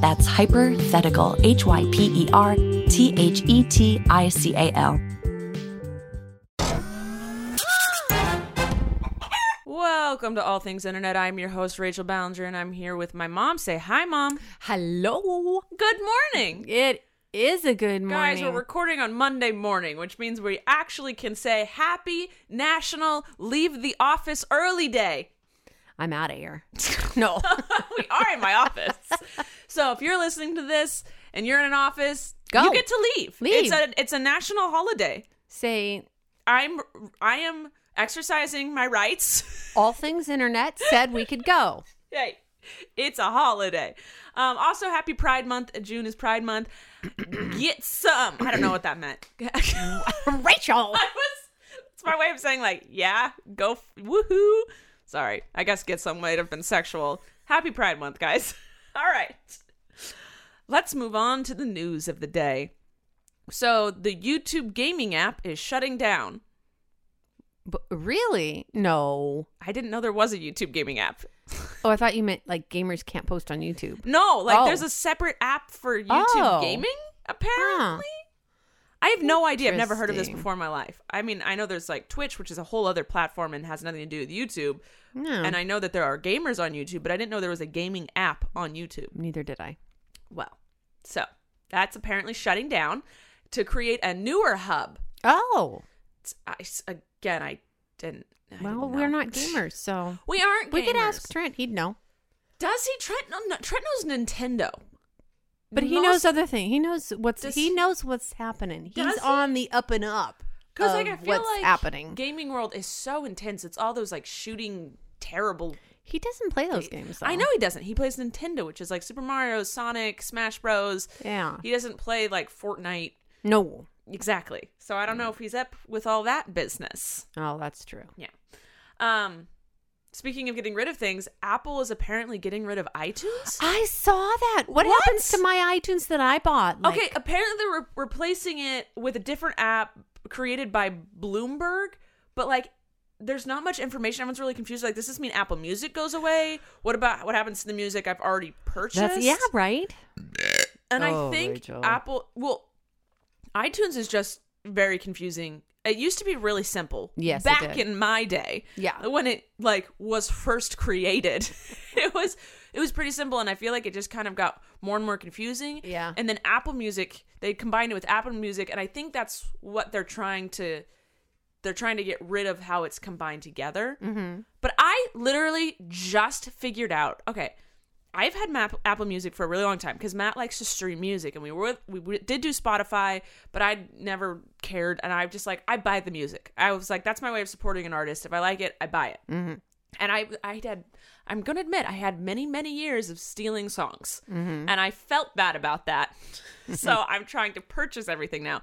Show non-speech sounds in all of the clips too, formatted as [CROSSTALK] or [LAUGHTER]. That's hypothetical, H Y P E R T H E T I C A L. Welcome to All Things Internet. I'm your host, Rachel Ballinger, and I'm here with my mom. Say hi, mom. Hello. Good morning. It is a good Guys, morning. we're recording on Monday morning, which means we actually can say happy national leave the office early day. [LAUGHS] I'm out of here. no. we are in my [LAUGHS] office. So if you're listening to this and you're in an office, Go. you get to leave. It's Leave. a it's a national holiday. Say I'm I am exercising my rights. all things internet said we could go. hey, it's a holiday. Um, also, happy Pride Month. June is Pride Month. Get some. I don't know what that meant. [LAUGHS] I was. Rachel. It's my way of saying like, yeah, go f- woohoo. Sorry, I guess get some might have been sexual. Happy Pride Month, guys. [LAUGHS] All right, let's move on to the news of the day. So the YouTube gaming app is shutting down. But really? No. I didn't know there was a YouTube gaming app. Oh, I thought you meant like gamers can't post on YouTube. No, like Oh. there's a separate app for YouTube Oh. gaming, Huh. apparently. I have no idea. I've never heard of this Interesting. before in my life. I mean, I know there's like Twitch, which is a whole other platform and has nothing to do with YouTube. No. And I know that there are gamers on YouTube, but I didn't know there was a gaming app on YouTube. Neither did I. Well, so that's apparently shutting down to create a newer hub. Oh. It's- I s again, I didn't. I Well, didn't we're know. not gamers, so We aren't. we could gamers. ask Trent. He'd know. Does he? Trent, no, no, Trent knows Nintendo, But he Most- knows other things. He knows what's Does- he knows what's happening. Does He's he? on the up and up. Because of like I feel what's like happening. gaming world is so intense. It's all those like shooting terrible. he doesn't play those games. Though. I know he doesn't. He plays Nintendo, which is like Super Mario, Sonic, Smash Bros. Yeah. He doesn't play like Fortnite No. exactly. So I don't know if he's up with all that business. Oh, that's true. Yeah. Um. Speaking of getting rid of things, Apple is apparently getting rid of iTunes. I saw that. What, What? happens to my iTunes that I bought? Like, okay, apparently they're re- replacing it with a different app created by Bloomberg, but like there's not much information. Everyone's really confused. Like, does this mean Apple Music goes away? What about what happens to the music I've already purchased? That's yeah, right. And I Oh, think Rachel. Apple well iTunes is just very confusing. It used to be really simple. Yes, it Back did. in my day. Yeah. When it like was first created. [LAUGHS] it was it was pretty simple and I feel like it just kind of got more and more confusing. Yeah. And then Apple Music, they combined it with Apple Music and I think that's what they're trying to they're trying to get rid of how it's combined together. Mm-hmm. But I literally just figured out. Okay, I've had Map- Apple Music for a really long time because Matt likes to stream music, and we were we, we did do Spotify, but I never cared, and I just like I buy the music. I was like, that's my way of supporting an artist. If I like it, I buy it. Mm-hmm. And I I had I'm gonna admit I had many many years of stealing songs, Mm-hmm. and I felt bad about that. so [LAUGHS] I'm trying to purchase everything now.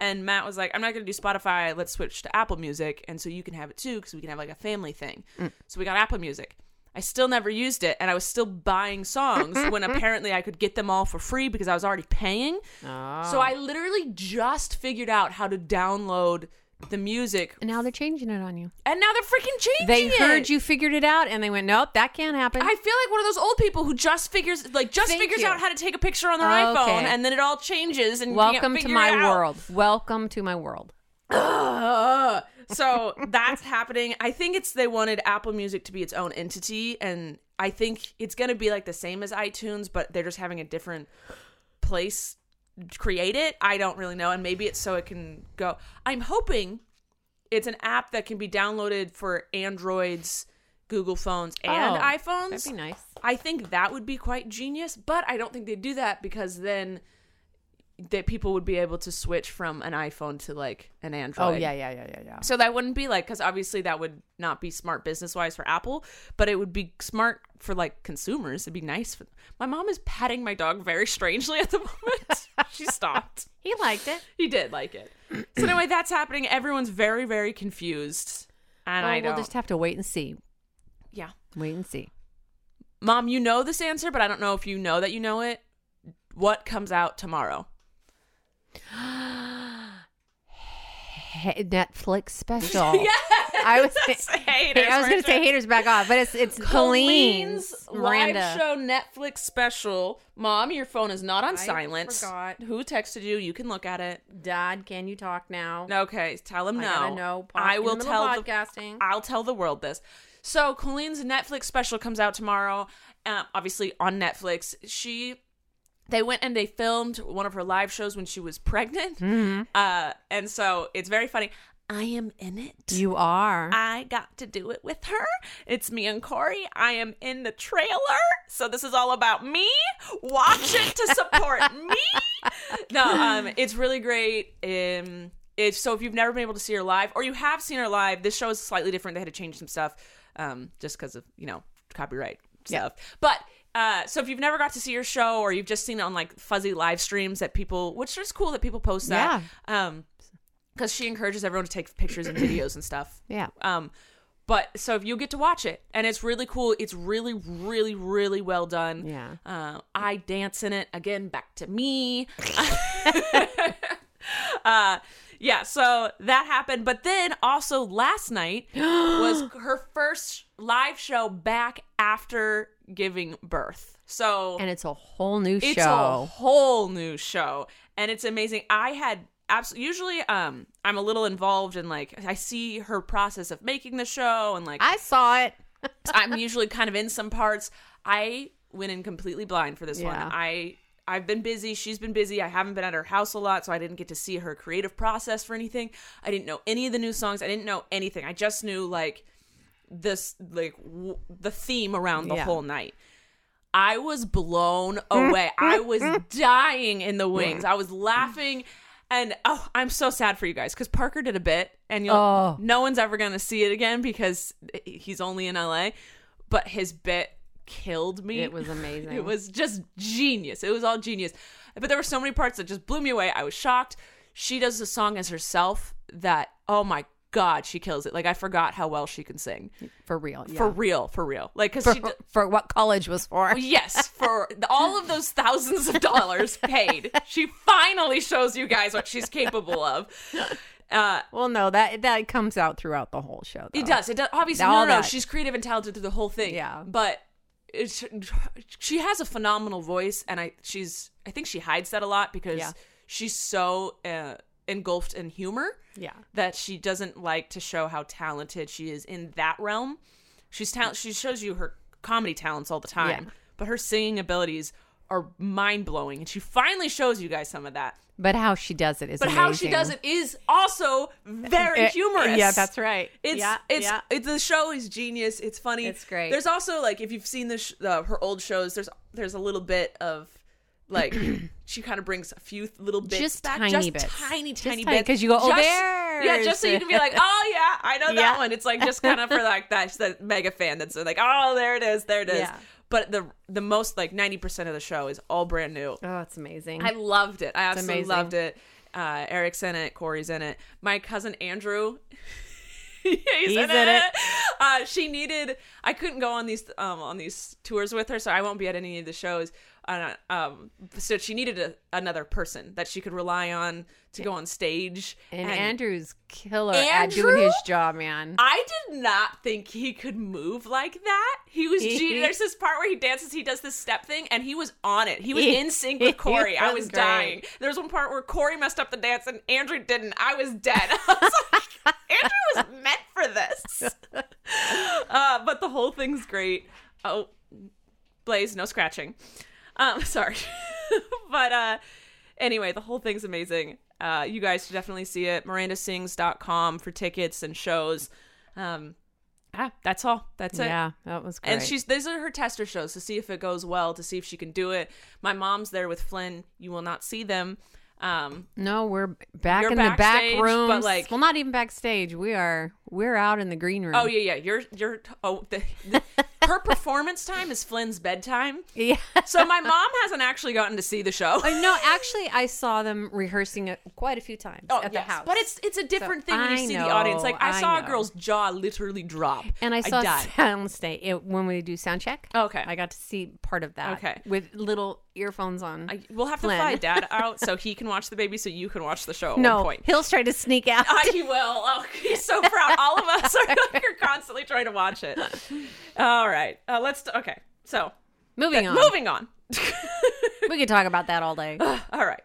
And Matt was like, I'm not going to do Spotify. Let's switch to Apple Music. And so you can have it too, because we can have like a family thing. Mm. So we got Apple Music. I still never used it. And I was still buying [LAUGHS] songs when apparently I could get them all for free because I was already paying. Oh. So I literally just figured out how to download the music. And now they're changing it on you. And now they're freaking changing They it. heard you figured it out, and they went, "Nope, that can't happen." I feel like one of those old people who just figures like just Thank figures you. out how to take a picture on their Okay. iPhone and then it all changes and you can't Welcome to figure my it out. world. Welcome to my world. [LAUGHS] Ugh. so that's happening. I think it's they wanted Apple Music to be its own entity, and I think it's going to be like the same as iTunes, but they're just having a different place to create it. I don't really know, and maybe it's so it can go. I'm hoping it's an app that can be downloaded for Androids, Google phones, and Oh, iPhones. That'd be nice. I think that would be quite genius, but I don't think they'd do that because then that people would be able to switch from an iPhone to like an Android. Oh yeah, yeah, yeah, yeah, yeah. So that wouldn't be like because obviously that would not be smart business wise for Apple, but it would be smart for like consumers. It'd be nice. For, my mom is patting my dog very strangely at the moment. [LAUGHS] she stopped. He liked it. He did like it. So anyway, that's happening. Everyone's very, very confused. And Oh, Well, I don't. We'll just have to wait and see. yeah. Wait and see. Mom, you know this answer, but I don't know if you know that you know it. What comes out tomorrow? Hey, [LAUGHS] Netflix special. I was. [LAUGHS] Haters. Hey, I was going to say haters back off, but it's it's Colleen's, Colleen's Miranda. live show Netflix special. Mom, your phone is not on I silent. forgot. Who texted you? You can look at it. Dad, can you talk now? Okay, tell him I no. gotta know. Pod- I in the will middle tell of the- podcasting. I'll tell the world this. So Colleen's Netflix special comes out tomorrow. Um, obviously on Netflix. She, they went and they filmed one of her live shows when she was pregnant. Mm-hmm. Uh, and so it's very funny. I am in it. You are. I got to do it with her. It's me and Corey. I am in the trailer. So this is all about me. Watch it to support me. No, um, it's really great. Um, if so, if you've never been able to see her live, or you have seen her live, this show is slightly different. They had to change some stuff, um, just because of you know copyright stuff. But uh, so if you've never got to see her show, or you've just seen it on like fuzzy live streams that people, which is cool that people post that. Yeah. Um, because she encourages everyone to take pictures and videos and stuff. yeah. Um, but so if you get to watch it, and it's really cool. It's really, really, really well done. Yeah. Uh, I dance in it again. Back to me. uh, yeah. So that happened. But then also last night was her first live show back after giving birth. So And it's a whole new it's a show. whole new show and it's amazing i had absolutely usually um i'm a little involved in like i see her process of making the show and like I saw it. i'm usually kind of in some parts i went in completely blind for this one Yeah. i i've been busy she's been busy i haven't been at her house a lot so i didn't get to see her creative process for anything i didn't know any of the new songs i didn't know anything i just knew like this like w- the theme around the Yeah. whole night I was blown away. I [LAUGHS] was dying in the wings. I was laughing. And oh, I'm so sad for you guys because Parker did a bit, and you'll, Oh. no one's ever going to see it again because he's only in LA. But his bit killed me. It was [LAUGHS] amazing. It was just genius. It was all genius. But there were so many parts that just blew me away. I was shocked. She does the song as herself that, oh my God, she kills it. Like, I forgot how well she can sing. for real. Yeah. For real, for real. Like, because for, she. d- for what college was for. Yes, for the- all of those thousands of dollars [LAUGHS] paid, she finally shows you guys what she's capable of. Uh, Well, no, that that comes out throughout the whole show. Though. it does. It does. Obviously, no, All no, no, that. she's creative and talented through the whole thing. Yeah. but it's, she has a phenomenal voice, and I she's I think she hides that a lot because Yeah. she's so uh, engulfed in humor Yeah. that she doesn't like to show how talented she is in that realm. She's talent. She shows you her comedy talents all the time, Yeah. but her singing abilities are mind blowing, and she finally shows you guys some of that. But how she does it is. But how she does it is also very humorous. Eh, Yeah, that's right. It's yeah, it's yeah. it- the show is genius. It's funny. It's great. There's also like if you've seen the sh- uh, her old shows, there's there's a little bit of [CLEARS THROAT] like she kind of brings a few th- little bits Just back, tiny just bits. tiny Just tiny tiny, bits 'cause you go, "Oh, Just- yeah, there's just so you the- can be [LAUGHS] like, oh yeah, I know that Yeah. one. It's like just kind of for like that that mega fan that's like, oh there it is, there it is. Yeah. But the the most like ninety percent of the show is all brand new. Oh, it's amazing. I loved it. I absolutely amazing. loved it. Uh, Eric's in it. Corey's in it. My cousin Andrew. [LAUGHS] he's, in, in it. it. Uh, she needed. I couldn't go on these um, on these tours with her, so I won't be at any of the shows. Uh, um, so she needed a, another person that she could rely on to go on stage. and, Andrew's killer at Andrew? doing his job, man. I did not think he could move like that. He was He- genius. There's this part where he dances, he does this step thing, and he was on it. [LAUGHS] He was in sync with He Corey. I was was great. dying. There was one part where Corey messed up the dance and Andrew didn't. I was dead. [LAUGHS] I was like, Andrew was meant for [LAUGHS] this. Uh, but the whole thing's great. Oh, Blaze, no scratching. Um, [LAUGHS] sorry. but uh anyway, the whole thing's amazing. Uh you guys should definitely see it. Mirandasings.com for tickets and shows. Um ah, that's all. That's it. yeah, that was great. And she's these are her tester shows to see if it goes well, to see if she can do it. My mom's there with Flynn. You will not see them. Um no, we're back You're in the backstage, back but, room. like- well, not even backstage. We are we're out in the green room. Oh yeah, yeah. You're you're oh the, the her performance time is Flynn's bedtime. [LAUGHS] [LAUGHS] Yeah. Oh, So my mom hasn't actually gotten to see the show. I no, actually, I saw them rehearsing it quite a few times Oh, at yes. the house. But it's it's a different thing when you I see know, the audience. Like I, I saw a know. girl's jaw literally drop. and I saw [LAUGHS] died. Oh, sound stage it, when we do sound check. Okay. I got to see part of that. Okay. with little earphones on. I, we'll have Flynn. to fly dad out so he can watch the baby so you can watch the show at one [LAUGHS] no, point. he'll try to sneak out. [LAUGHS] I, he will. Oh, he's so proud. All of us are, are constantly trying to watch it. All right. Uh, let's, okay. So [LAUGHS] moving on. moving on. We could talk about that [LAUGHS] all day. All right.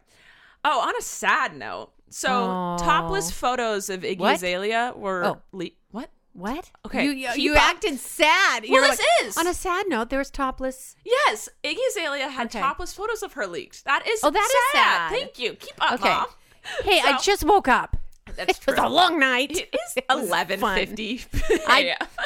Oh, on a sad note. So Oh. topless photos of Iggy What? Azalea were Oh. le- what? what? Okay, You, keep you up. acted sad. You Well, were this is. on a sad note. There was topless. [LAUGHS] Yes, Iggy Azalea had Okay. topless photos of her leaked. That is Oh, that is sad. Thank you. Keep up, Okay. mom. Hey, I So- just woke up. That's [LAUGHS] it was true. a long night. It is [LAUGHS] It was fun. eleven fifty. [LAUGHS] I- Yeah. [LAUGHS]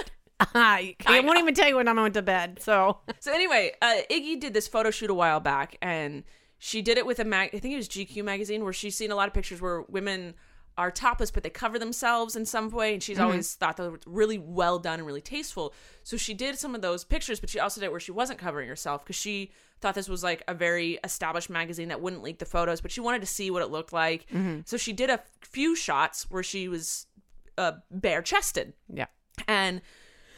I, [LAUGHS] I I won't even tell you when I went to bed. So [LAUGHS] So anyway, uh, Iggy did this photo shoot a while back, and she did it with a mag. I think it was GQ magazine, where she's seen a lot of pictures where women are topless, but they cover themselves in some way, and she's always thought they were really well done and really tasteful. So she did some of those pictures, but she also did it where she wasn't covering herself because she thought this was like a very established magazine that wouldn't leak the photos, but she wanted to see what it looked like. So she did a few shots where she was uh, bare chested. yeah, And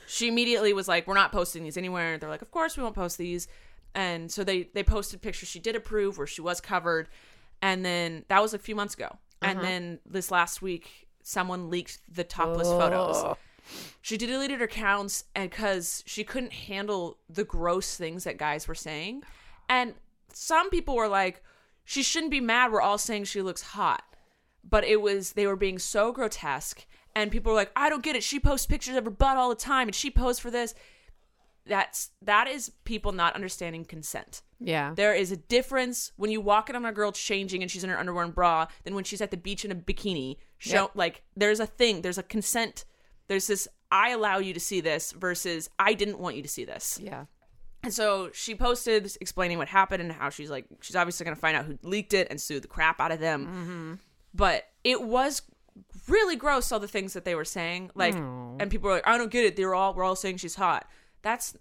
she immediately was like, "We're not posting these anywhere." They're like, "Of course we won't post these." And so they they posted pictures she did approve where she was covered, and then that was a few months ago. And then this last week, someone leaked the topless photos. She deleted her accounts and because she couldn't handle the gross things that guys were saying, and some people were like, "She shouldn't be mad." We're all saying she looks hot but it was they were being so grotesque and people were like i don't get it she posts pictures of her butt all the time and she posed for this that's that is people not understanding consent yeah. there is a difference when you walk in on a girl changing and she's in her underwear and bra than when she's at the beach in a bikini show Yep. like there's a thing there's a consent there's this i allow you to see this versus i didn't want you to see this yeah. and so she posted explaining what happened and how she's like, she's obviously going to find out who leaked it and sue the crap out of them. Mm-hmm. But it was really gross, all the things that they were saying. Like, and people were like, I don't get it. They were all, we're all saying she's hot. That's,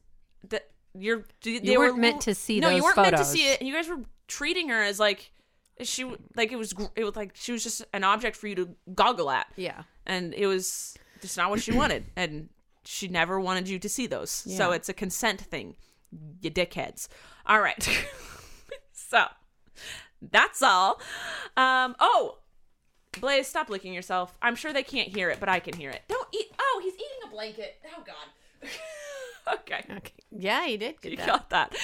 that, you're, they You were weren't meant to see No, you those weren't meant to photos. see it. And you guys were treating her as like, she, like, it was, gr- it was like, she was just an object for you to goggle at. Yeah. And it was just not what she wanted. [CLEARS THROAT] And she never wanted you to see those. So Yeah. it's a consent thing, you dickheads. All right. [LAUGHS] so that's all. Um, oh, Blaze, stop licking yourself. I'm sure they can't hear it, but I can hear it. Don't eat. Oh, he's eating a blanket. Oh, God. [LAUGHS] okay. Okay. Yeah, you did. [LAUGHS] Get You that. got that.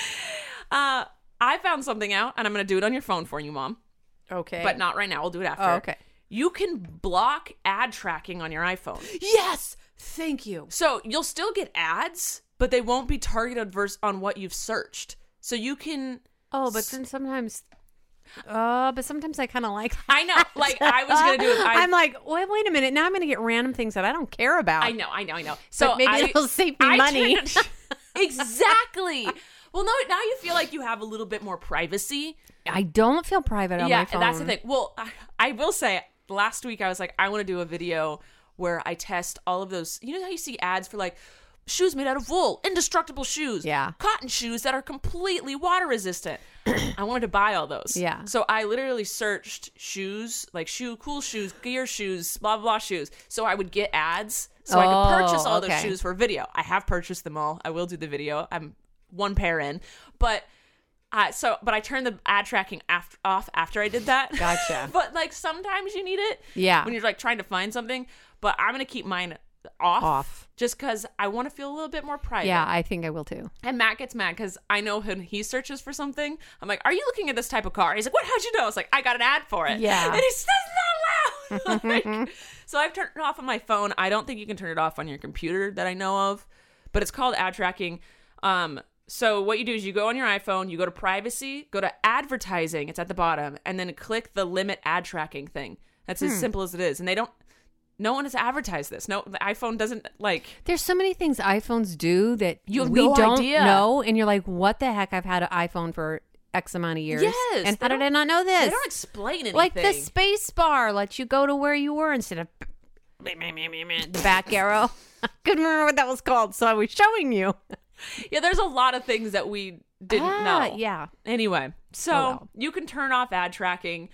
Uh, I found something out, and I'm going to do it on your phone for you, Mom Okay. but not right now. We'll do it after. Oh, okay. You can block ad tracking on your iPhone. Yes. Thank you. So you'll still get ads, but they won't be targeted vers- on what you've searched. So you can. Oh, but then sometimes. Uh, but sometimes I kind of like. I know. [LAUGHS] Like I was gonna do. It, I, I'm like, wait, wait a minute. Now I'm gonna get random things that I don't care about. I know. I know. I know. So maybe I, it'll save me money. [LAUGHS] turned- [LAUGHS] exactly. Well, no. Now you feel like you have a little bit more privacy. I don't feel private on yeah, my phone. that's the thing. Well, I, I will say, last week I was like, I want to do a video where I test all of those. You know how you see ads for like shoes made out of wool, indestructible shoes, Yeah. cotton shoes that are completely water [CLEARS THROAT] resistant. I wanted to buy all those. Yeah. So I literally searched shoes, like shoe, cool shoes, gear shoes, blah blah, blah shoes. So I would get ads, so I could purchase Oh, all those okay. shoes for a video. I have purchased them all. I will do the video. I'm one pair in, but. Uh, so, but I turned the ad tracking after, off after I did that. Gotcha. [LAUGHS] but like sometimes you need it. Yeah. When you're like trying to find something, but I'm gonna keep mine off, Off. just because I want to feel a little bit more private. Yeah, I think I will too. And Matt gets mad because I know when he searches for something, I'm like, "Are you looking at this type of car?" He's like, "What? How'd you know?" I was like, "I got an ad for it." Yeah. And he's says not loud. [LAUGHS] [LAUGHS] like, so I've turned it off on my phone. I don't think you can turn it off on your computer that I know of, but it's called ad tracking. Um, so what you do is you go on your iPhone, you go to privacy, go to advertising. It's at the bottom, and then click the limit ad tracking thing. That's Hmm. as simple as it is. And they don't. No one has advertised this. No, the iPhone doesn't like. There's so many things iPhones do that You have we no don't idea. know, and you're like, "What the heck? I've had an iPhone for X amount of years, Yes, and they how did I don't- not know this? They don't explain anything. like the space bar lets you go to where you were instead of [LAUGHS] the back arrow. I couldn't remember what that was called, so I was showing you. yeah, there's a lot of things that we didn't Ah, know. Yeah. Anyway, so Oh, well. you can turn off ad tracking.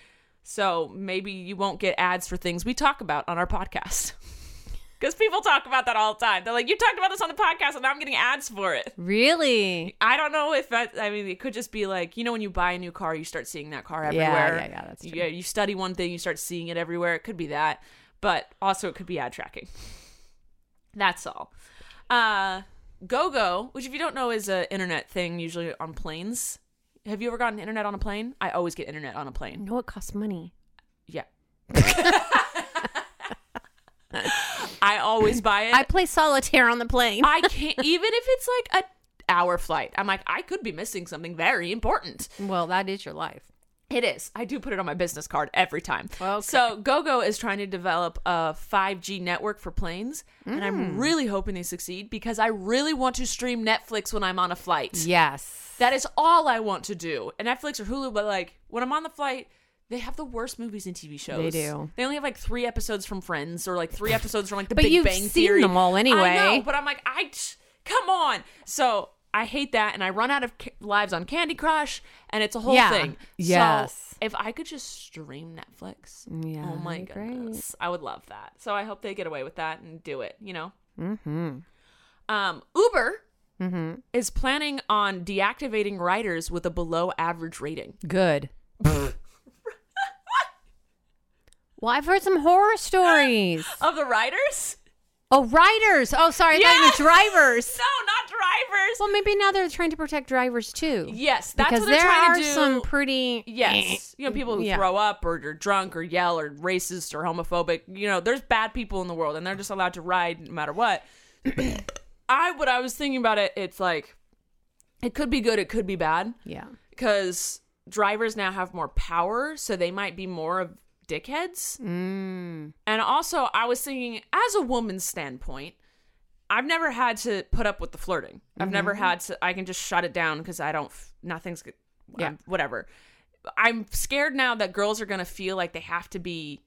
So maybe you won't get ads for things we talk about on our podcast. [LAUGHS] Because people talk about that all the time. They're like, you talked about this on the podcast and now I'm getting ads for it. Really? I don't know if that, I mean, it could just be like, you know, when you buy a new car, you start seeing that car Yeah, everywhere. yeah, yeah, that's true. Yeah, you study one thing, you start seeing it everywhere. It could be that. But also, it could be ad tracking. That's all. Uh, GoGo, which if you don't know is an internet thing usually on planes. Have you ever gotten internet on a plane? I always get internet on a plane. No, it costs money. Yeah. [LAUGHS] I always buy it. I play solitaire on the plane. I can't even if it's like a hour flight. I'm like I could be missing something very important. well, that is your life. It is. I do put it on my business card every time. Okay. So GoGo is trying to develop a 5G network for planes, and Mm. I'm really hoping they succeed because I really want to stream Netflix when I'm on a flight. Yes. That is all I want to do. And Netflix or Hulu, but like when I'm on the flight, they have the worst movies and TV shows. They do. They only have like three episodes from Friends or like three episodes from like the But Big you've Bang seen Theory. them all anyway. I know, but I'm like, I t- come on. So I hate that, and I run out of c- lives on Candy Crush, and it's a whole Yeah. thing. Yes. So if I could just stream Netflix, Yeah, oh my that'd be great. goodness, I would love that. So I hope they get away with that and do it. You know. Hmm. Um. Uber Mm-hmm. is planning on deactivating riders with a below average rating. Good. well, I've heard some horror stories. Of the riders? Oh, riders. Oh, sorry. I Yes! thought you meant drivers. No, not drivers. Well, maybe now they're trying to protect drivers too. yes, that's because what they're there trying are to do. some pretty. yes, you know, people who Yeah. throw up or are drunk or yell or racist or homophobic. You know, there's bad people in the world, and they're just allowed to ride no matter what. I what I was thinking about it, it's like it could be good, it could be bad. Yeah. because drivers now have more power, so they might be more of dickheads. And also, I was thinking, as a woman's standpoint, I've never had to put up with the flirting. I've never had to. I can just shut it down because I don't. f- Nothing's good. Yeah. I'm- whatever. I'm scared now that girls are gonna feel like they have to be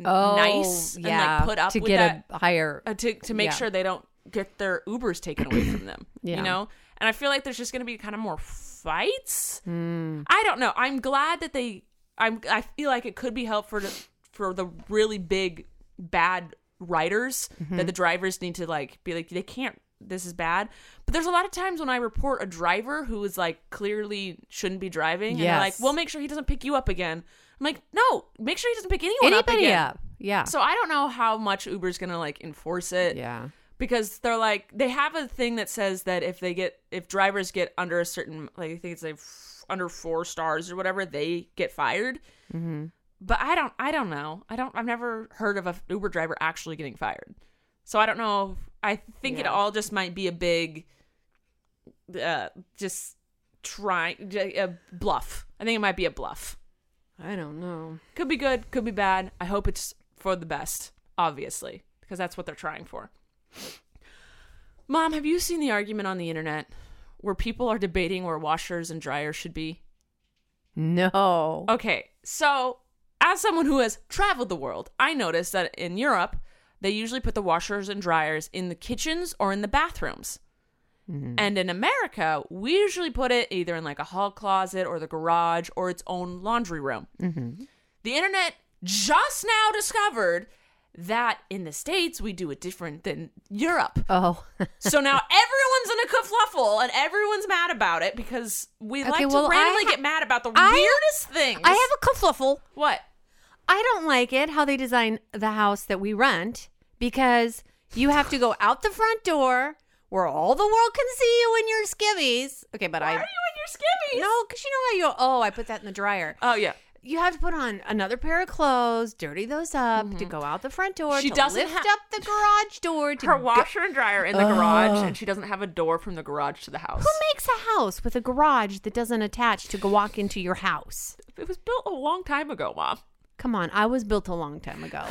n- Oh, nice and yeah. like put up to with get that a higher. uh, to to make Yeah. sure they don't get their Ubers taken away from [CLEARS THROAT] them. Yeah. You know, and I feel like there's just going to be kind of more fights. Hmm. I don't know. I'm glad that they. I'm. I feel like it could be helpful to, for the really big bad writers Mm-hmm. that the drivers need to like be like they can't. This is bad. But there's a lot of times when I report a driver who is like clearly shouldn't be driving, and they're like, Yes. "We'll make sure he doesn't pick you up again." I'm like, "No, make sure he doesn't pick anyone up Anybody again." up? Yeah. So I don't know how much Uber's gonna like enforce it yeah. because they're like they have a thing that says that if they get if drivers get under a certain like I think it's like f- under four stars or whatever they get fired. Mm-hmm. But I don't I don't know I don't I've never heard of a Uber driver actually getting fired, so I don't know. I think it Yeah. all just might be a big, uh, just try j- a bluff. I think it might be a bluff. I don't know. Could be good, could be bad. I hope it's for the best, obviously, because that's what they're trying for. Mom, have you seen the argument on the internet where people are debating where washers and dryers should be? No. Okay, so as someone who has traveled the world, I noticed that in Europe, they usually put the washers and dryers in the kitchens or in the bathrooms. Mm-hmm. And in America, we usually put it either in like a hall closet or the garage or its own laundry room. Mm-hmm. The internet just now discovered that in the States, we do it different than Europe. Oh. [LAUGHS] So now everyone's in a kerfluffle and everyone's mad about it because we Okay, like well, to I randomly ha- get mad about the I- weirdest things. I have a kerfluffle. What? I don't like it how they design the house that we rent because you have to go out the front door where all the world can see you in your skivvies. Okay, but I Why are you in your skivvies? no, because you know how you oh I put that in the dryer. Oh yeah. You have to put on another pair of clothes, dirty those up to go out the front door. Mm-hmm. She to doesn't lift ha- up the garage door. To Her go- Oh. washer and dryer in the garage, and she doesn't have a door from the garage to the house. Who makes a house with a garage that doesn't attach to go walk into your house? It was built a long time ago, Mom. Come on, I was built a long time ago.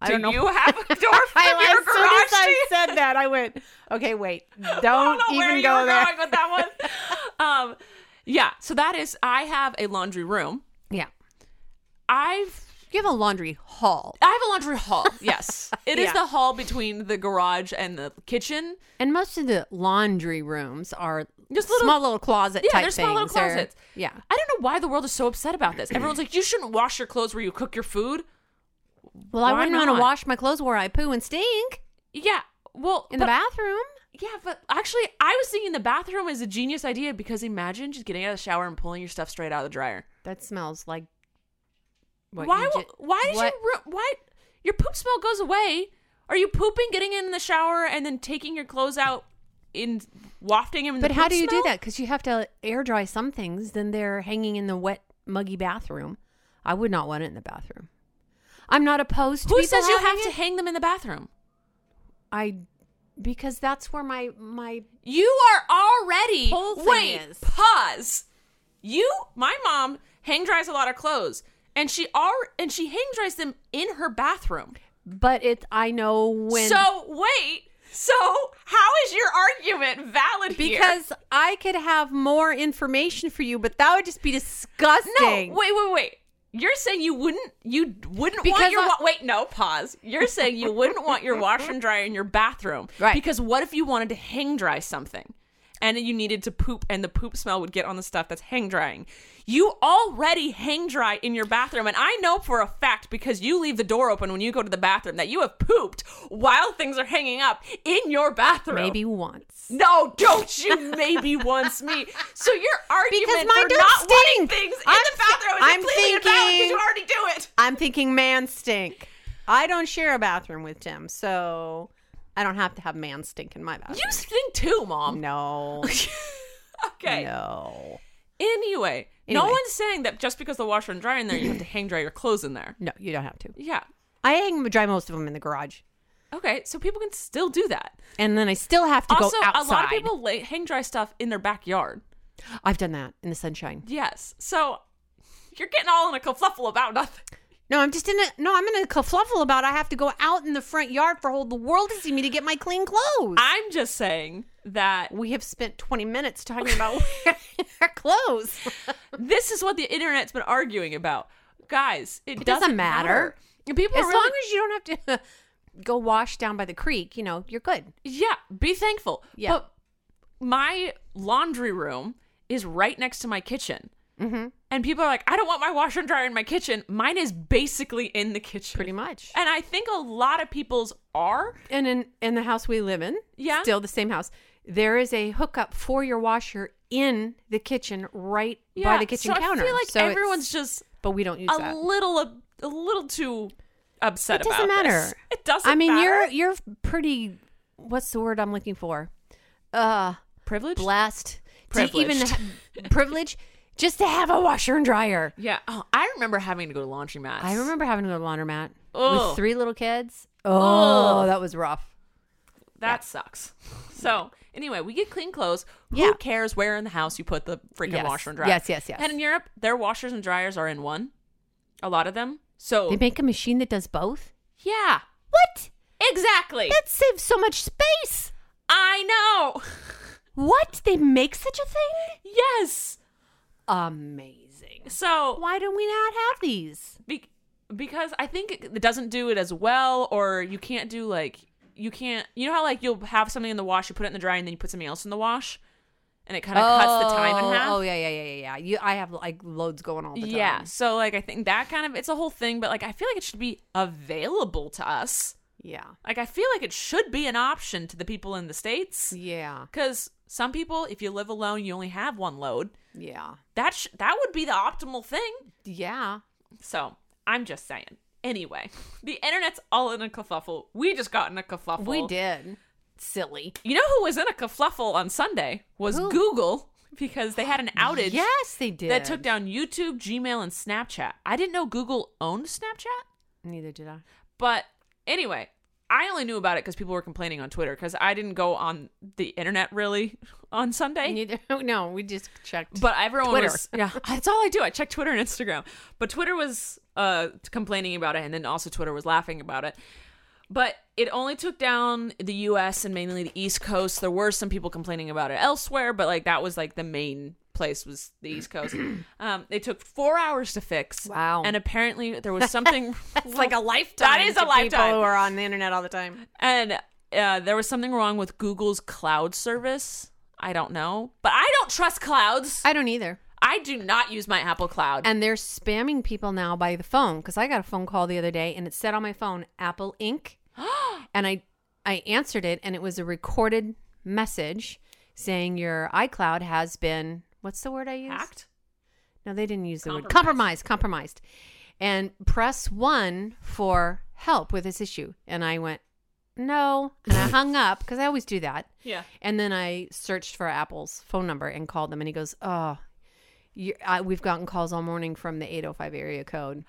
I Do don't know. you [LAUGHS] have [LAUGHS] a door from I, your as soon as garage? I to- said that, I went, okay, wait, [LAUGHS] don't, I don't know even where you go were there. going with [LAUGHS] that one. um, yeah. So that is. I have a laundry room. Yeah. I've You have a laundry haul. I have a laundry [LAUGHS] hall. Yes. it is Yeah. the hall between the garage and the kitchen. And most of the laundry rooms are Just little- small little closet Yeah, type they're small little things. They're- closets. yeah. I don't know why the world is so upset about [CLEARS THROAT] this. Everyone's like, you shouldn't wash your clothes where you cook your food. Well, I Why wouldn't want not? to wash my clothes where I poo and stink Yeah. Well, in the but- bathroom. Yeah, but actually, I was thinking the bathroom is a genius idea because imagine just getting out of the shower and pulling your stuff straight out of the dryer. That smells like. why? you w- ju- why did what- you? ru- Why your poop smell goes away? Are you pooping, getting in the shower, and then taking your clothes out in wafting them? In the But how poop do you do smell? that? Because you have to air dry some things, then they're hanging in the wet, muggy bathroom. I would not want it in the bathroom. I'm not opposed to Who people says you have having to it. hang them in the bathroom? I because that's where my my You are already Whole thing wait. is- Pause. You, my mom, hang dries a lot of clothes, and she all and she hang dries them in her bathroom. but it I know when So wait. So how is your argument valid here? because I could have more information for you, but that would just be disgusting. no, wait, wait, wait. You're saying you wouldn't you wouldn't Because want your I- wa- wait no pause. You're saying you wouldn't want your washer and dryer in your bathroom, [LAUGHS] Right. Because what if you wanted to hang dry something, and you needed to poop, and the poop smell would get on the stuff that's hang drying. You already hang dry in your bathroom, and I know for a fact because you leave the door open when you go to the bathroom that you have pooped while things are hanging up in your bathroom. maybe once. No, don't you maybe once me. So your argument Because mine for don't not wanting stink. things in I'm the bathroom is thi- I'm completely invalid because thinking- you already do it. I'm thinking man stink. I don't share a bathroom with Tim, so I don't have to have man stink in my bathroom. You stink too, mom. [LAUGHS] no, [LAUGHS] okay. no, Anyway, no Anyway. one's saying that just because the washer and dryer in there, you have to hang dry your clothes in there. no. You don't have to. Yeah. I hang dry most of them in the garage, Okay, so people can still do that. and then I still have to also, go outside. a lot of people lay, hang dry stuff in their backyard. I've done that in the sunshine. Yes. So you're getting all in a kerfluffle about nothing. No, I'm just in a no. I'm in a kerfluffle about I have to go out in the front yard for whole the world to see me to get my clean clothes. I'm just saying that we have spent 20 minutes talking about [LAUGHS] our clothes. this is what the internet's been arguing about. Guys, it, It doesn't matter. And People As are long really, as you don't have to uh, go wash down by the creek, you know, you're good. yeah, be thankful. Yeah. But my laundry room is right next to my kitchen. Mm-hmm. And people are like, I don't want my washer and dryer in my kitchen. Mine is basically in the kitchen. Pretty much. And I think a lot of people's are. And in, in the house we live in, Yeah. still the same house, there is a hookup for your washer in the kitchen right by the kitchen so counter. I feel like So it's- everyone's just but we don't use a that. little ob- a little too upset It doesn't about matter. this. It doesn't I mean, matter. you're you're pretty what's the word I'm looking for? Uh privileged. blessed to even Privileged. ha- privilege just to have a washer and dryer. yeah. Oh, I remember having to go to laundromats. I remember having to go to the laundromat Ugh. with three little kids. Oh, Ugh. that was rough. That sucks. So anyway, we get clean clothes. Yeah. Who cares where in the house you put the freaking Yes. washer and dryer? Yes, yes, yes. And in Europe, their washers and dryers are in one. A lot of them. So They make a machine that does both? yeah, What? exactly. That saves so much space. I know. What? They make such a thing? Yes. Amazing. So Why do we not have these? be- because I think it doesn't do it as well, or you can't do like you can't. You know how like you'll have something in the wash, you put it in the dryer, and then you put something else in the wash, and it kind of cuts the time in half. Oh yeah, yeah, yeah, yeah, yeah. You, I have like loads going all the time. Yeah. So like I think that kind of it's a whole thing, but like I feel like it should be available to us. yeah, Like I feel like it should be an option to the people in the states yeah, cuz some people if you live alone you only have one load. yeah, That sh- that would be the optimal thing. yeah. So, I'm just saying. Anyway, the internet's all in a kerfuffle. We just got in a kerfuffle. We did. Silly. You know who was in a kerfuffle on Sunday? Was Who? Google because they had an outage Yes, they did. that took down YouTube, Gmail, and Snapchat. I didn't know Google owned Snapchat. Neither did I. But anyway, I only knew about it because people were complaining on Twitter because I didn't go on the internet really [LAUGHS] on Sunday. Neither. [LAUGHS] No, we just checked. But everyone Twitter. was yeah. [LAUGHS] That's all I do. I check Twitter and Instagram. But Twitter was uh complaining about it, and then also Twitter was laughing about it. But it only took down the U.S. and mainly the East Coast. There were some people complaining about it elsewhere, but like that was like the main place was the East [CLEARS THROAT] Coast. Um, they took four hours to fix. Wow. And apparently there was [LAUGHS] something It's [LAUGHS] like a lifetime. That is to a lifetime. People who are on the internet all the time. and uh, there was something wrong with Google's cloud service. I don't know, but I don't trust clouds. I, I don't either. do not use my Apple Cloud. And they're spamming people now by the phone because I got a phone call the other day and it said on my phone Apple [GASPS] Inc. and I I answered it and it was a recorded message saying your iCloud has been what's the word I used? Hacked. No, they didn't use the word Compromised. compromised. Compromised. And press one for help with this issue. And I went no, and I hung up because I always do that. Yeah. And then I searched for Apple's phone number and called them, and he goes, "Oh, you, I, we've gotten calls all morning from the 805 area code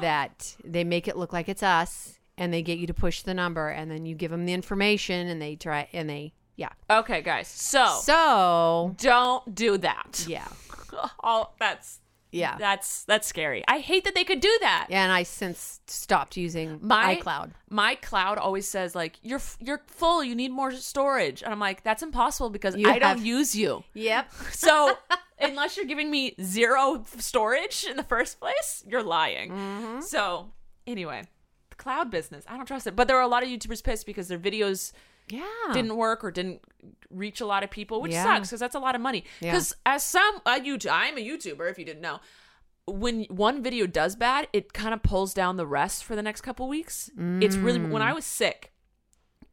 that they make it look like it's us, and they get you to push the number, and then you give them the information, and they try, and they, yeah. Okay, guys. So, So, don't do that. yeah, [LAUGHS] All that's yeah, that's that's scary. I hate that they could do that. yeah. And I since stopped using My iCloud. My cloud always says like you're f- you're full. You need more storage, and I'm like that's impossible because You I don't have- use you. Yep. So unless you're giving me zero storage in the first place, you're lying. Mm-hmm. So anyway, the cloud business, I don't trust it. But there were a lot of YouTubers pissed because their videos [LAUGHS] Yeah. didn't work or didn't reach a lot of people, which Yeah. sucks because that's a lot of money. Yeah. Because as some a YouTube, I'm a YouTuber. If you didn't know, when one video does bad, it kind of pulls down the rest for the next couple weeks. It's really Mm. when I was sick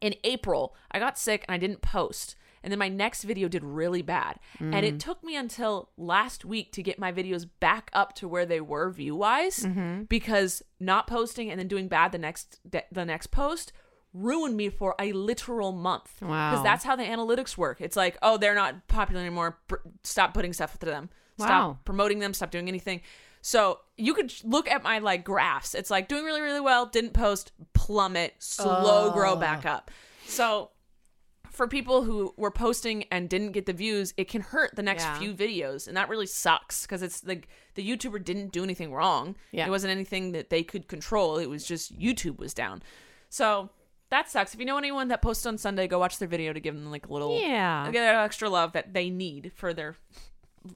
in April, I got sick and I didn't post. And then my next video did really bad. And it took me until last week to get my videos back up to where they were view wise because not posting and then doing bad the next de- the next post ruined me for a literal month. Wow. Because that's how the analytics work. It's like, oh, they're not popular anymore. Pr- stop putting stuff to them. Wow. Stop promoting them. Stop doing anything. So you could look at my like graphs. It's like doing really, really well, didn't post, plummet, slow grow back up. So for people who were posting and didn't get the views, it can hurt the next Yeah. few videos, and that really sucks because it's like the YouTuber didn't do anything wrong. Yeah. It wasn't anything that they could control. It was just YouTube was down. So that sucks. If you know anyone that posts on Sunday, go watch their video to give them like a little Yeah. get that extra love that they need for their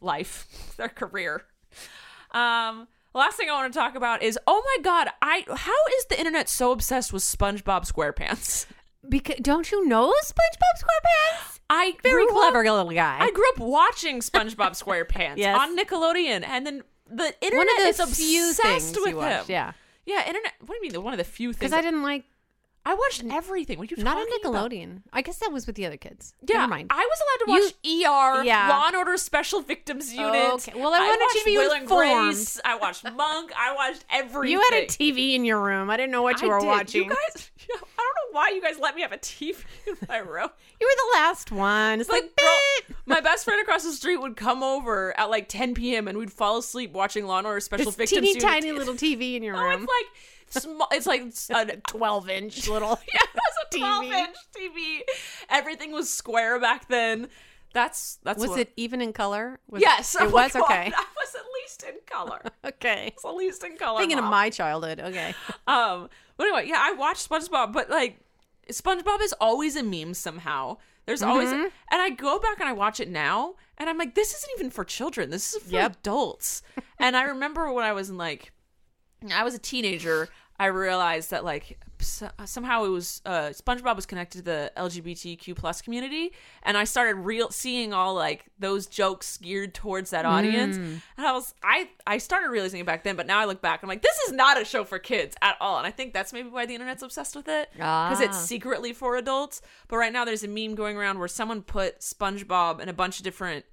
life, [LAUGHS] their career. Um, last thing I want to talk about is oh my god, I how is the internet so obsessed with SpongeBob SquarePants? Because don't you know SpongeBob SquarePants? I Very grew up- clever little guy. I grew up watching SpongeBob SquarePants Yes. on Nickelodeon, and then the internet One of is the obsessed few things with you watched. him. Yeah. yeah, internet. What do you mean? The one of the few things? Because I didn't like I watched everything. What are you Not on talking about? Nickelodeon. I guess that was with the other kids. Yeah, Never mind. I was allowed to You- watch ER, yeah. Law and Order Special Victims Unit. Okay. Well, I wanted you to watched be Will and informed. Grace. I [LAUGHS] watched Monk. I watched everything. you had a TV in your room. I didn't know what I you were did. watching. You [LAUGHS] guys, I don't know why you guys let me have a TV in my room. You were the last one. It's like, Like, girl, "Beep." my best friend across the street would come over at like 10 p.m. and we'd fall asleep watching Law and Order Special this Victims teeny Unit. tiny little TV in [LAUGHS] your Oh, it's room. like small. It's like s- an, [LAUGHS] twelve [LAUGHS] inch little. yeah, it was a TV. 12 inch TV. Everything was square back then. That's that's Was what, it even in color? Was Yes, [LAUGHS] it oh my was. God, Okay, I was at least in [LAUGHS] color. I okay. was at least in color. Thinking of Mom. my childhood. Okay, Um, but anyway, yeah, I watched SpongeBob, but like SpongeBob is always a meme somehow. There's always, and I go back and I watch it now, and I'm like, this isn't even for children. This is for Yep. adults. and I remember when I was in like, I was a teenager. I realized that like so- somehow it was uh, SpongeBob was connected to the LGBTQ plus community, and I started real seeing all like those jokes geared towards that audience. And I was I I started realizing it back then, but now I look back, I'm like, this is not a show for kids at all. And I think that's maybe why the internet's obsessed with it because it's Ah. secretly for adults. But right now, there's a meme going around where someone put SpongeBob and a bunch of different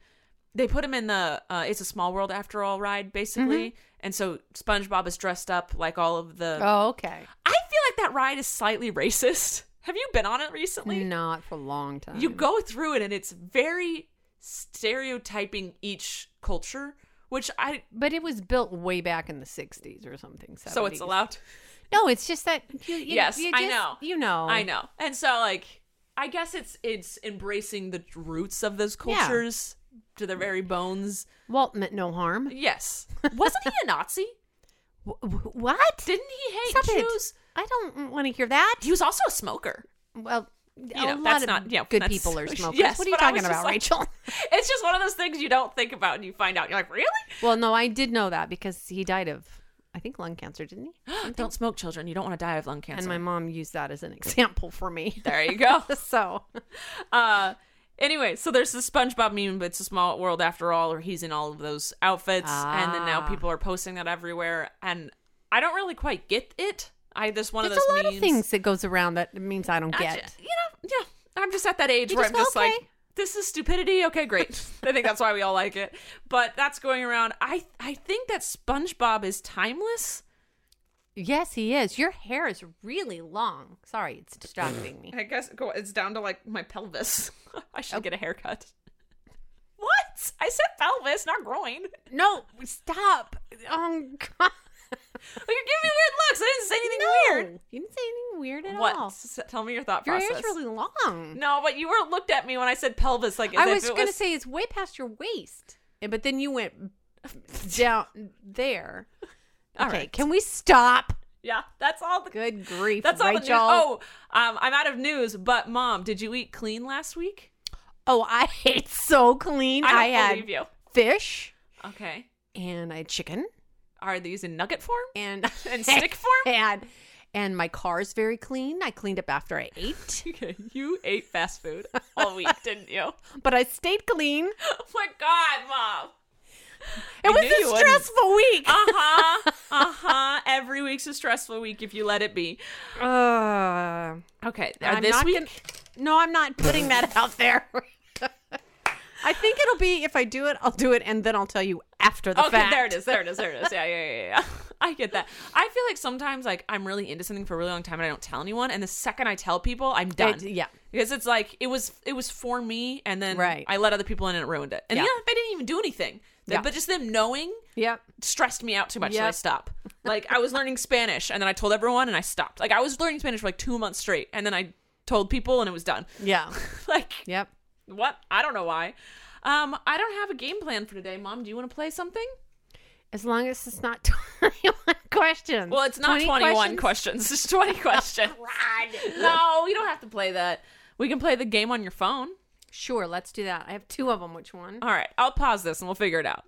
they put him in the uh, it's a small world after all ride basically and so spongebob is dressed up like all of the Mm-hmm. oh okay. i feel like that ride is slightly racist [LAUGHS] have you been on it recently Not for a long time. you go through it and it's very stereotyping each culture which i but it was built way back in the '60s or something. 70s. so it's allowed No, it's just that. You, you, yes you i just- know You know. i know and so like i guess it's it's embracing the roots of those Yeah. cultures to their very bones Walt meant no harm. [LAUGHS] yes wasn't he a nazi Wh- wh- what? didn't he hate Stop it. jews I don't want to hear that. He was also a smoker. Well, you know, a lot that's of not yeah, good that's- [LAUGHS] people are smokers. Yes, what are you but I talking was just about, like- Rachel? [LAUGHS] It's just one of those things you don't think about and you find out. You're like, really? well, no, I did know that because he died of, I think, lung cancer, didn't [GASPS] he? don't smoke, children. You don't want to die of lung And cancer. my mom used that as an [LAUGHS] example for me. there you go. [LAUGHS] [LAUGHS] so, Uh, anyway, so there's the SpongeBob meme, but it's a small world after all, or he's in all of those outfits, and then now Ah. people are posting that everywhere, and I don't really quite get it. I just one there's of those a lot memes. of things that goes around that memes I don't I get. ju- you know, yeah, I'm just at that age You where just I'm go, just like, "Okay." this is stupidity. Okay, great. [LAUGHS] I think that's why we all like it. But that's going around. I I think that SpongeBob is timeless. Yes, he is. Your hair is really long. Sorry, it's distracting me. I guess go- it's down to like my pelvis. [LAUGHS] I should get a haircut. What? I said pelvis, not groin. [LAUGHS] [LAUGHS] No, stop. Oh God. Like you're giving me weird looks. I didn't say anything weird. No, You didn't say anything weird at What? all. S- Tell me your thought Your process. hair's really long. no, but you were looked at me when I said pelvis. Like as I if was it gonna say it's way past your waist, and- but then you went [LAUGHS] down there. All okay, right. can we stop? Yeah, that's all the. Good grief, That's all the news. Rachel. Oh, um, I'm out of news. But mom, did you eat clean last week? Oh, I ate so clean. I don't had believe you. fish Okay. and I had chicken Are these in nugget form? [LAUGHS] and In stick form? and and my car's very clean. I cleaned up after I ate, Okay, you ate fast food all week, didn't you? [LAUGHS] but I stayed clean. It Oh my god, mom. was knew you a wouldn't. stressful week. Uh huh. Uh huh. Every week's a stressful week if you let it be. Uh, Okay. uh, I'm this not week. gonna- no, I'm not putting that out there. [LAUGHS] I think it'll be if I do it, I'll do it, and then I'll tell you after the okay, fact. there it is. There it is. There it is. Yeah, yeah, yeah, [LAUGHS] yeah. I get that. I feel like sometimes like I'm really into something for a really long time and I don't tell anyone, and the second I tell people, I'm done. It- yeah. Because it's like it was it was for me, and then Right. I let other people in and it ruined it. And yeah, Yeah. they didn't even do anything. They- Yeah. But just them knowing Yep. stressed me out too much, so I Yep. stopped. [LAUGHS] Like I was learning Spanish, and then I told everyone, and I stopped. Like I was learning Spanish for like two months straight, and then I told people, and it was done. Yeah. [LAUGHS] like Yep. what? I don't know why. Um, I don't have a game plan for today, Mom. Do you want to play something? As long as it's not [LAUGHS] 21 questions. Well, it's not 21 questions. It's [LAUGHS] 20 questions. no, you don't have to play that. We can play the game on your phone. Sure, let's do that. I have two of them. Which one? All right, I'll pause this and we'll figure it out.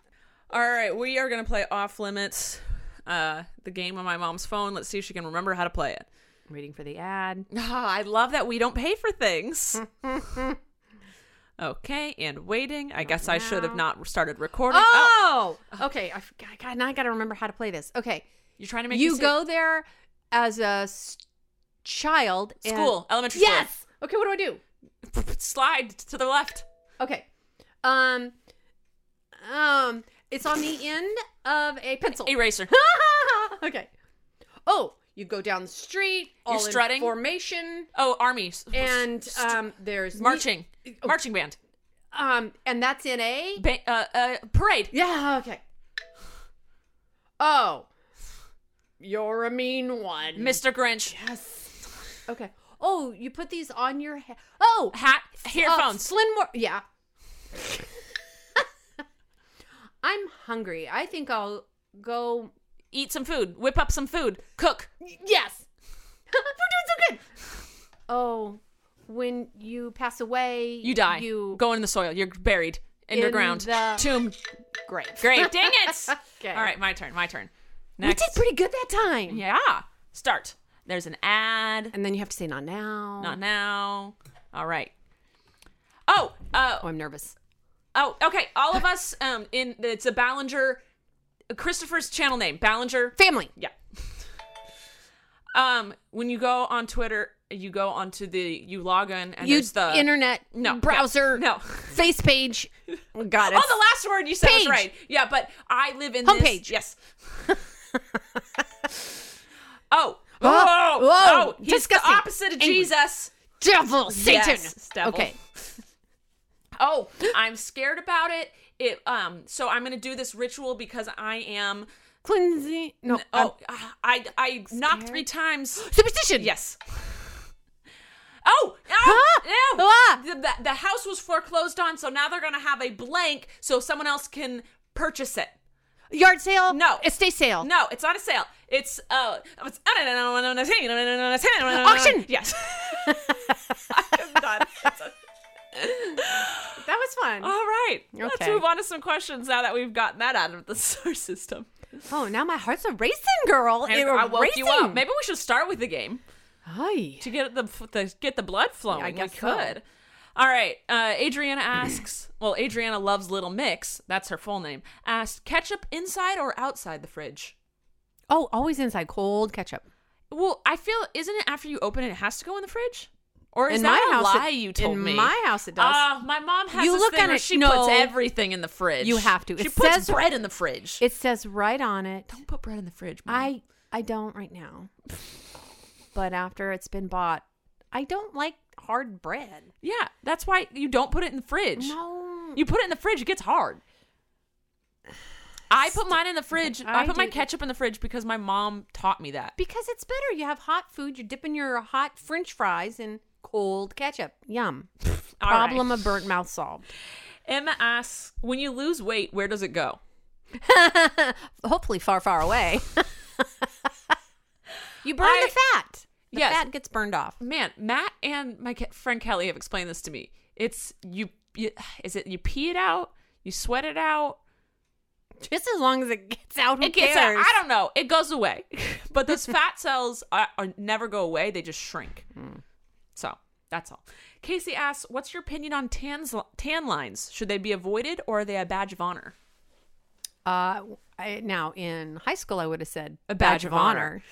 All right, we are going to play Off Limits, uh, the game on my mom's phone. Let's see if she can remember how to play it. I'm waiting for the ad. Ah, I love that we don't pay for [LAUGHS] things. okay, and waiting. I guess I should have not started recording. Oh, Oh, okay. I forgot. God, now I got to remember how to play this. Okay, you're trying to make me you say- go there as a s- child. and- school, elementary school. Yes. Okay, what do I do? slide to the left. Okay. Um. Um. It's on the end of a pencil. Eraser. [LAUGHS] okay. Oh, you go down the street. You're all in strutting? formation, Oh, army. S- and oh. um, there's mu- marching, marching band, Um, and that's in a. ba- uh, uh, parade. Yeah. Okay. Oh, you're a mean one, Mr. Grinch, Yes. Okay. Oh, you put these on your head. Oh, hat, Uh, earphones. Slinmore. Yeah. [LAUGHS] I'm hungry. I think I'll go. Eat some food. Whip up some food. Cook. Yes. [LAUGHS] We're doing so good. Oh, when you pass away, You die. You go in the soil. You're buried underground. the- [LAUGHS] Tomb. great. [LAUGHS] Great. Dang it. Okay. All right, my turn. My turn. We Next. did pretty good that time. yeah. Start. There's an ad. And then you have to say not now. Not now. All right. Oh. Uh. Oh, I'm nervous. Oh. Okay. All of us. Um. In. It's a Ballinger. Christopher's channel name. Ballinger. Family. Yeah. Um, when you go on Twitter, you go onto the you log in and You there's the internet no browser no. face page. Got it. Oh, the last word you said was Page. right. Yeah, but I live in Homepage. This, [LAUGHS] yes. oh. Oh, Oh, oh, whoa, he's disgusting. the opposite of Angry. Jesus. devil, Satan. Yes, devil. Okay. Oh, I'm scared about it. It um, so I'm gonna do this ritual because I am. Cleansing. No. um, Oh, I I knocked three times. [GASPS] superstition. Yes. Oh, Ah! oh Ah! no. The, the- the house was foreclosed on, so now they're going to have a blank so someone else can purchase it. Yard sale? No. Estate sale? No, it's not a sale. It's [LAUGHS] uh it's [LAUGHS] Auction! Yes. I'm done. That's it. That was fun. All right. Let's Okay. move on to some questions now that we've gotten that out of the [LAUGHS] solar system. Oh, now my heart's a racing, girl. I, It I a woke you racing. up. Maybe we should start with the game Hi. to get the, f- the get the blood flowing. Yeah, I guess we so. could. All right. Uh, Adriana asks. [CLEARS THROAT] well, Adriana loves Little Mix. That's her full name. Asked ketchup inside or outside the fridge. Oh, always inside cold ketchup. Well, I feel isn't it after you open it, it has to go in the fridge? Or is In that my a house, it- lie you told in me? my house it does. Ah, my mom has. You this look thing at where it- She no. puts everything in the fridge. You have to. She It puts says- bread in the fridge. It says right on it. Don't put bread in the fridge. Mom. I I don't right now. But after it's been bought, I don't like hard bread. Yeah, that's why you don't put it in the fridge. No. You put it in the fridge, it gets hard. I put mine in the fridge. I, I put my do- ketchup in the fridge because my mom taught me that. Because it's better. You have hot food. You're dipping your hot French fries in cold ketchup. [LAUGHS] Yum. All right. Problem of burnt mouth solved. Emma asks, when you lose weight, where does it go? [LAUGHS] Hopefully, far, far [LAUGHS] away. you burn I- the fat. The Yes. fat gets burned off. Man, Matt and my ke- friend Kelly have explained this to me. It's you, you is it you pee it out, you sweat it out, Just as long as it gets out, who it gets out. cares? I don't know. It goes away. [LAUGHS] but those fat cells are, are never go away. They just shrink. So that's all. Casey asks, "What's your opinion on tans, tan lines? Should they be avoided or are they a badge of honor?" Uh, I, now in high school, I would have said A badge of honor.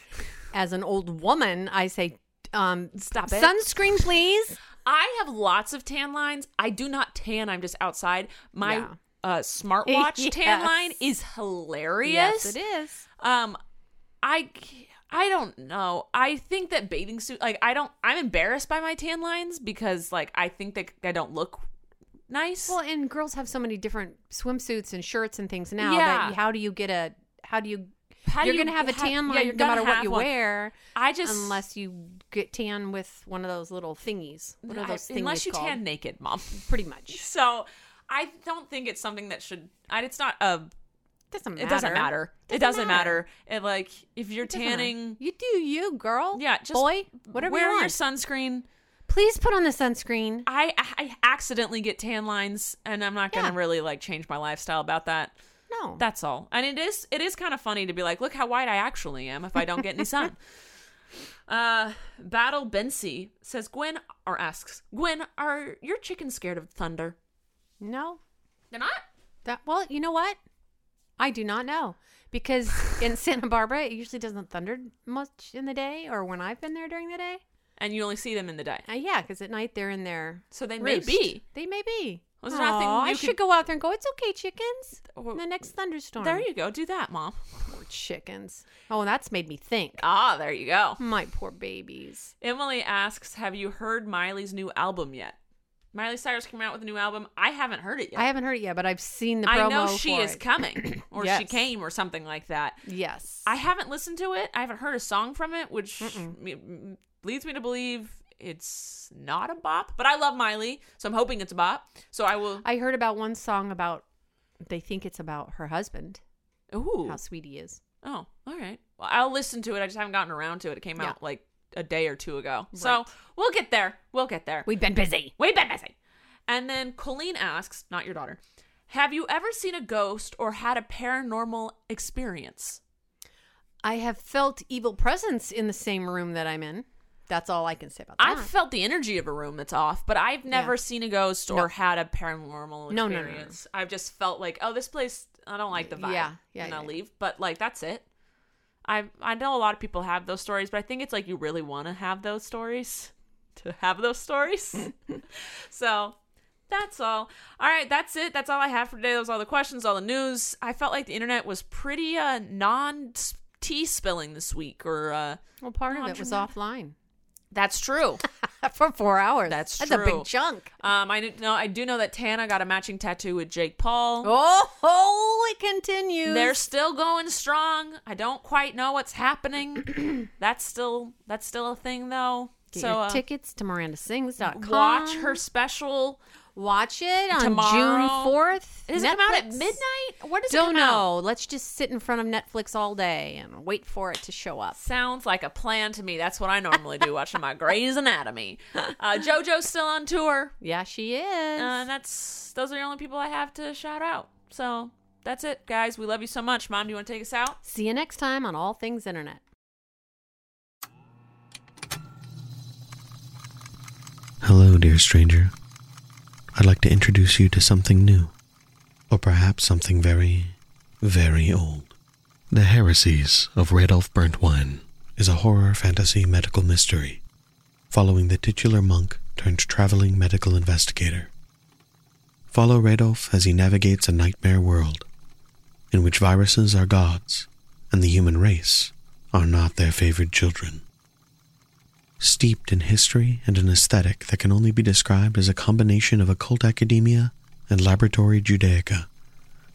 As an old woman, I say, um, Stop it. Sunscreen, [LAUGHS] please. I have lots of tan lines. I do not tan. I'm just outside. My Yeah. [LAUGHS] uh, smartwatch tan Yes. line is hilarious. it is. Um, I c- I don't know. I think that bathing suit like I don't I'm embarrassed by my tan lines because like I think that I don't look nice. Well, and girls have so many different swimsuits and shirts and things now. Yeah. That how do you get a? How do you? How do you're you gonna have a ha- tan yeah, line you're no gonna matter what have you one. wear, I just unless you get tan with one of those little thingies. What are I- those? thingies unless you called? tan naked, mom. [LAUGHS] pretty much. So I don't think it's something that should I, it's not a Doesn't matter. it doesn't matter. It doesn't matter. It like if you're Doesn't matter. tanning You do you, girl. yeah, just boy, whatever wear you want. your sunscreen. Please put on the sunscreen. I I accidentally get tan lines and I'm not going to Yeah. really like change my lifestyle about that. No. That's all. And it is it is kind of funny to be like, look how white I actually am if I don't get any [LAUGHS] sun. uh Battle Bensi says Gwen or asks, Gwen, are your chickens scared of thunder? no. They're not? That well, you know what? I do not know because in [LAUGHS] Santa Barbara it usually doesn't thunder much in the day or when I've been there during the day. And you only see them in the day. Uh, yeah, because at night they're in there. So they may be. They may be. Was there nothing Aw, I you could- should go out there and go. It's okay, chickens. Well, in the next thunderstorm. There you go. Do that, mom. poor chickens. Oh, that's made me think. Ah, there you go. My poor babies. Emily asks, have you heard Miley's new album yet? Miley Cyrus came out with a new album. I haven't heard it yet. I haven't heard it yet, but I've seen the promo. I know she for is it. [CLEARS THROAT] coming or she Yes. came or something like that. Yes. I haven't listened to it. I haven't heard a song from it, which me- m- leads me to believe it's not a bop. But I love Miley, so I'm hoping it's a bop. So I will. I heard about one song about. They think it's about her husband. Ooh. How sweet he is. Oh, all right. Well, I'll listen to it. I just haven't gotten around to it. It came Yeah. out like a day or two ago. So we'll get there. We'll get there. We've been busy. Way bad messy. And then Colleen asks, not your daughter, have you ever seen a ghost or had a paranormal experience? I have felt evil presence in the same room that I'm in. That's all I can say about that. I've felt the energy of a room that's off, but I've never Yeah. seen a ghost or had a paranormal experience. No, no, no, no. I've just felt like, oh, this place, I don't like the vibe. Yeah, yeah, And yeah, I'll yeah. leave. But like, that's it. I I know a lot of people have those stories, but I think it's like you really want to have those stories [LAUGHS] to have those [LAUGHS] stories. so that's all. All right, that's it. That's all I have for today. Those are all the questions, all the news. I felt like the internet was pretty uh non tea spilling this week, or uh well, part of I'm it was trying offline [LAUGHS] that's true. for four hours. That's that's a true. big chunk. Um, I kn- know I do know that Tana got a matching tattoo with Jake Paul. Oh, oh, it continues. They're still going strong. I don't quite know what's [CLEARS THROAT] happening. that's still that's still a thing though. Get so your uh, tickets to MirandaSings.com. watch her special Watch it on Tomorrow? June fourth. Does it come out at Netflix. midnight? Where does it Don't come out? know. Let's just sit in front of Netflix all day and wait for it to show up. Sounds like a plan to me. That's what I normally do, watching my Grey's Anatomy. Uh, JoJo's still on tour. Yeah, she is. Uh, that's those are the only people I have to shout out. So that's it, guys. We love you so much. Mom, do you want to take us out? See you next time on All Things Internet. Hello, dear stranger. I'd like to introduce you to something new, or perhaps something very, very old. The Heresies of Radolf Burntwine is a horror fantasy medical mystery following the titular monk turned traveling medical investigator. Follow Radolf as he navigates a nightmare world in which viruses are gods and the human race are not their favored children steeped in history and an aesthetic that can only be described as a combination of occult academia and laboratory Judaica.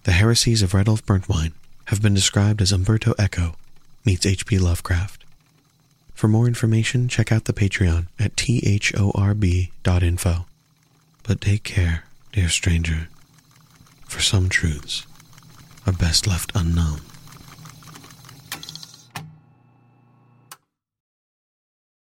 The heresies of Radolf Burntwine have been described as Umberto Eco meets H.P. Lovecraft. For more information, check out the Patreon at thorb.info. But take care, dear stranger, for some truths are best left unknown.